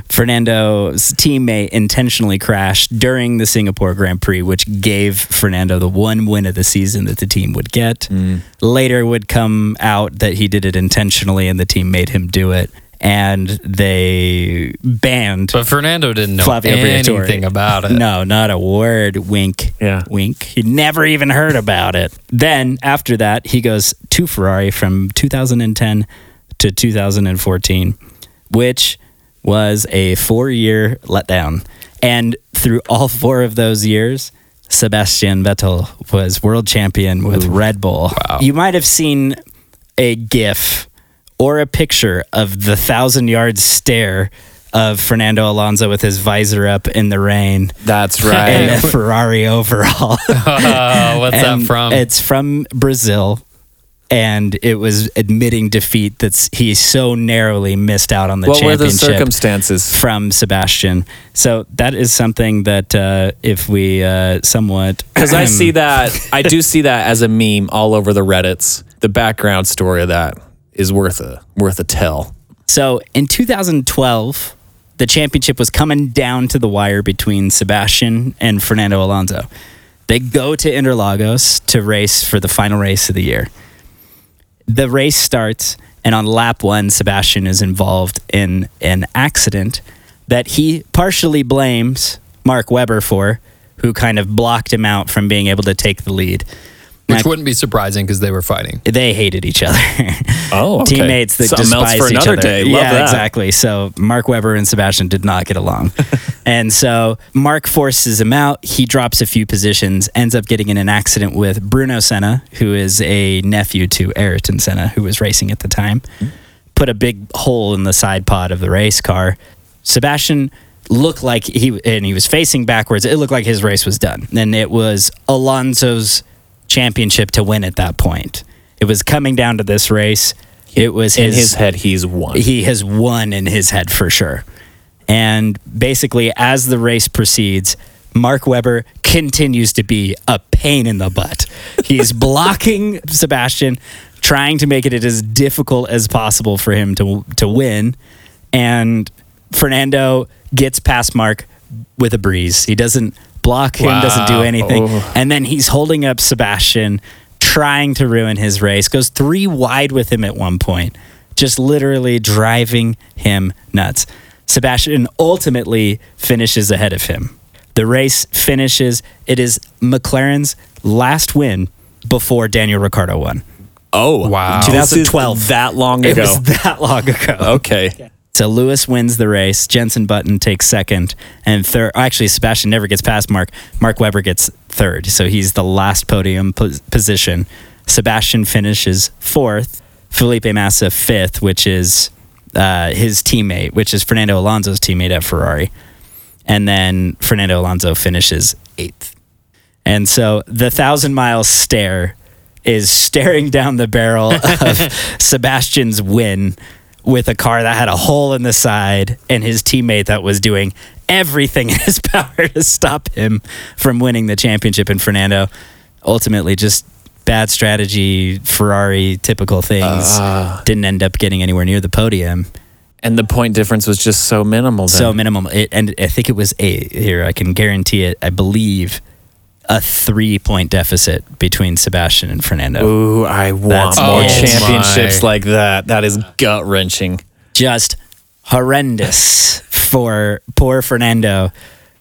D: Fernando's teammate intentionally crashed during the Singapore Grand Prix, which gave Fernando the one win of the season that the team would get. Later would come out that he did it intentionally and the team made him do it. And they banned
E: But Fernando didn't know
D: Flavio
E: anything
D: Briatore.
E: about it.
D: No, not a word. Wink.
C: Yeah.
D: Wink. He never even heard about it. Then after that, he goes to Ferrari from 2010 to 2014, which was a four year letdown. And through all four of those years, Sebastian Vettel was world champion with Red Bull. You might have seen a GIF or a picture of the thousand yard stare of Fernando Alonso with his visor up in the rain
C: that's right.
D: and a Ferrari overall.
E: Oh, what's
D: And
E: that from?
D: It's from Brazil. And it was admitting defeat that he so narrowly missed out on the
C: what were the
D: championship
C: circumstances?
D: from Sebastian. So that is something that uh, if we uh, somewhat
C: Because I see that, I do see that as a meme all over the Reddits. The background story of that is worth a worth a tell.
D: So in 2012, the championship was coming down to the wire between Sebastian and Fernando Alonso. They go to Interlagos to race for the final race of the year. The race starts, and on lap one, Sebastian is involved in an accident that he partially blames Mark Webber for, who kind of blocked him out from being able to take the lead.
E: Which
D: Now,
E: wouldn't be surprising because they were fighting.
D: they hated each other.
C: Oh, okay.
D: teammates that
C: Something else
D: despised
C: for another
D: each other.
C: day. Love
D: yeah,
C: that.
D: exactly. So Mark Webber and Sebastian did not get along, and so Mark forces him out. He drops a few positions, ends up getting in an accident with Bruno Senna, who is a nephew to Ayrton Senna, who was racing at the time. Put a big hole in the side pod of the race car. Sebastian looked like he and he was facing backwards. It looked like his race was done, and it was Alonso's championship to win at that point. It was coming down to this race. It was
C: In his head, he's one.
D: he has won in his head for sure. And basically, as the race proceeds, Mark Webber continues to be a pain in the butt. He's blocking Sebastian, trying to make it as difficult as possible for him to to win. And Fernando gets past Mark with a breeze. He doesn't block him, doesn't do
E: Wow.
D: anything. And then he's holding up Sebastian, trying to ruin his race, goes three wide with him at one point, just literally driving him nuts. Sebastian ultimately finishes ahead of him. The race finishes. It is McLaren's last win before Daniel Ricciardo won.
C: oh,
E: Wow.
C: This is
D: 2012.
C: That long
D: It
C: ago.
D: was that long ago.
C: okay.
D: So Lewis wins the race. Jensen Button takes second, and third. Actually, Sebastian never gets past Mark. Mark Webber gets third, so he's the last podium pos- position. Sebastian finishes fourth. Felipe Massa fifth, which is uh, his teammate, which is Fernando Alonso's teammate at Ferrari, and then Fernando Alonso finishes eighth. And so the thousand mile stare is staring down the barrel of Sebastian's win with a car that had a hole in the side and his teammate that was doing everything in his power to stop him from winning the championship. And Fernando ultimately just bad strategy, Ferrari typical things, didn't end up getting anywhere near the podium.
C: And the point difference was just so minimal. Then.
D: So minimum, it, and I think it was eight here. I can guarantee it. I believe a three point deficit between Sebastian and Fernando.
C: Ooh, Oh, I want
D: That's
C: more
E: it.
C: championships
E: Oh my.
C: like that. That is gut wrenching.
D: just horrendous for poor Fernando,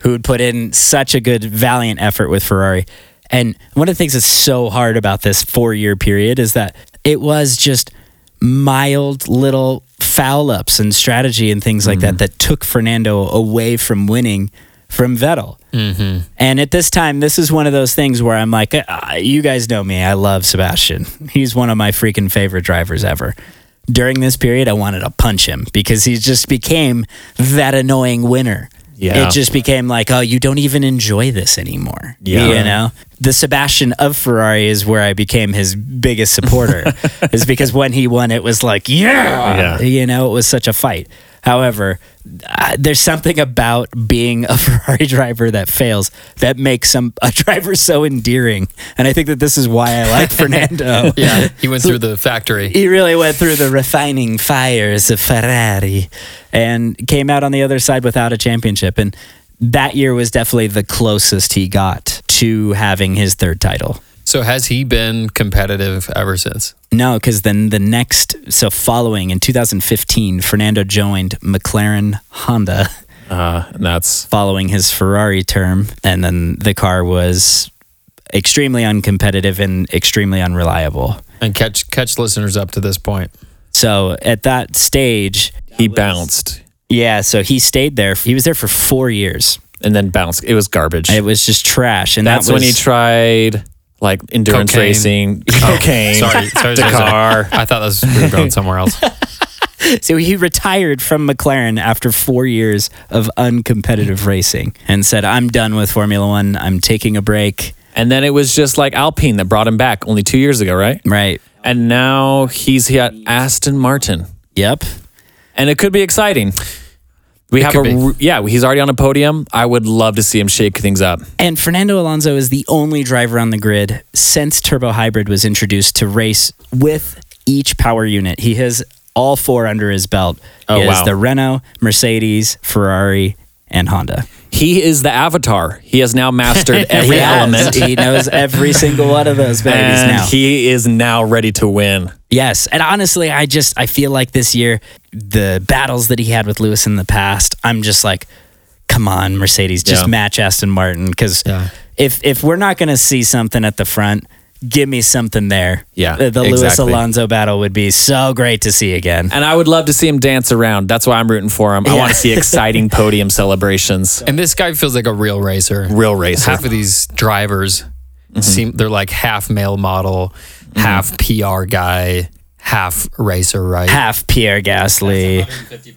D: who had put in such a good, valiant effort with Ferrari. And one of the things that's so hard about this four year period is that it was just mild little foul ups and strategy and things like that that took Fernando away from winning from Vettel.
C: Mm-hmm.
D: And at this time, this is one of those things where I'm like, uh, you guys know me. I love Sebastian. He's one of my freaking favorite drivers ever. During this period, I wanted to punch him because he just became that annoying winner.
C: Yeah.
D: It just became like, oh, you don't even enjoy this anymore.
C: Yeah.
D: You know? The Sebastian of Ferrari is where I became his biggest supporter, is because when he won, it was like, yeah.
C: Yeah.
D: You know, it was such a fight. However, uh, there's something about being a Ferrari driver that fails that makes some a driver so endearing, and I think that this is why I like Fernando.
E: Yeah, he went through the factory.
D: He really went through the refining fires of Ferrari and came out on the other side without a championship. And that year was definitely the closest he got to having his third title.
E: So has he been competitive ever since?
D: No, because then the next, so following in 2015, Fernando joined McLaren Honda
C: Uh, and that's
D: following his Ferrari term. And then the car was extremely uncompetitive and extremely unreliable.
E: And catch catch listeners up to this point.
D: So at that stage,
C: he bounced
D: yeah, so he stayed there. He was there for four years.
C: and then bounced. It was garbage.
D: It was just trash. And
C: that's
D: that was,
C: when he tried like endurance
E: Cocaine.
C: racing, Oh, cocaine,
E: Sorry, sorry, sorry,
C: the
E: sorry.
C: car.
E: I thought that was we were going somewhere else.
D: So he retired from McLaren after four years of uncompetitive racing and said, I'm done with Formula One. I'm taking a break.
C: And then it was just like Alpine that brought him back only two years ago, right?
D: Right.
C: And now he's at Aston Martin,
D: Yep.
C: and it could be exciting. We have a
E: could be.
C: r- yeah. He's already on a podium. I would love to see him shake things up.
D: And Fernando Alonso is the only driver on the grid since turbo hybrid was introduced to race with each power unit. He has all four under his belt.
C: Oh,
D: is
C: wow.
D: the Renault, Mercedes, Ferrari, and Honda.
C: He is the avatar. He has now mastered every
D: He has.
C: element.
D: He knows every single one of those babies
C: and
D: now.
C: he is now ready to win.
D: Yes, and honestly, I just I feel like this year the battles that he had with Lewis in the past, I'm just like, come on, Mercedes, just
C: Yeah.
D: match Aston Martin because
E: Yeah.
D: if if we're not going to see something at the front, give me something there.
C: Yeah,
D: the, the Lewis
C: exactly.
D: Alonso battle would be so great to see again.
C: And I would love to see him dance around. That's why I'm rooting for him. I want to see exciting podium celebrations.
E: And this guy feels like a real racer.
C: Real racer. Mm-hmm.
E: Half of these drivers seem they're like half male model, half PR guy, half racer, right?
D: Half Pierre Gasly,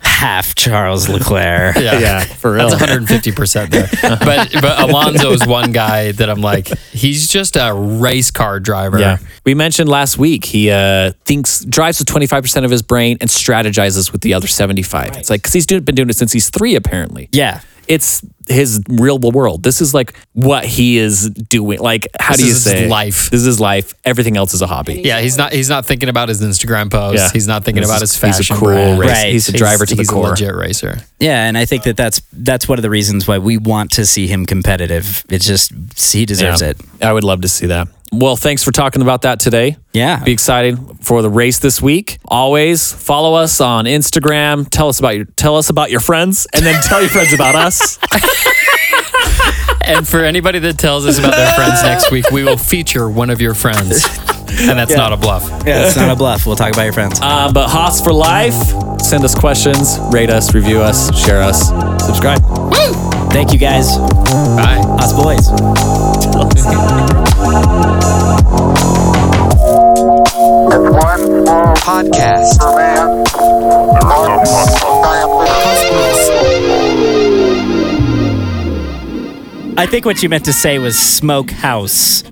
D: half Charles Leclerc.
E: Yeah.
C: for
E: That's 150% there. but but Alonso is one guy that I'm like, he's just a race car driver.
C: Yeah. We mentioned last week he uh, thinks drives with 25% of his brain and strategizes with the other 75. It's like cuz he's doing, been doing it since he's 3 apparently.
D: Yeah.
C: It's his real world. This is like what he is doing. Like how
E: This
C: do you
E: is his
C: say? it?
E: life.
C: This is his life. Everything else is a hobby.
E: Yeah, he's not he's not thinking about his Instagram post.
C: Yeah.
E: He's not thinking
C: This
E: about
C: is-
E: his fashion.
C: He's a cool
E: brand.
C: racer.
D: Right.
C: He's a driver to the
E: he's
C: core.
E: a legit racer.
D: Yeah, and I think that that's that's one of the reasons why we want to see him competitive. It's just he deserves
C: Yeah.
D: it.
C: I would love to see that. Well, thanks for talking about that today.
D: Yeah.
C: Be excited for the race this week. Always follow us on Instagram. Tell us about your tell us about your friends and then tell your friends about us.
E: And for anybody that tells us about their friends next week, we will feature one of your friends. And that's not a bluff.
D: Yeah, it's not a bluff. We'll talk about your friends.
C: Uh, but Haas for life. Send us questions, rate us, review us, share us, subscribe.
D: Thank you guys.
E: Bye.
D: Us boys.
F: One small
G: podcast.
F: for man, one giant leap.
D: I think what you meant to say was smoke house.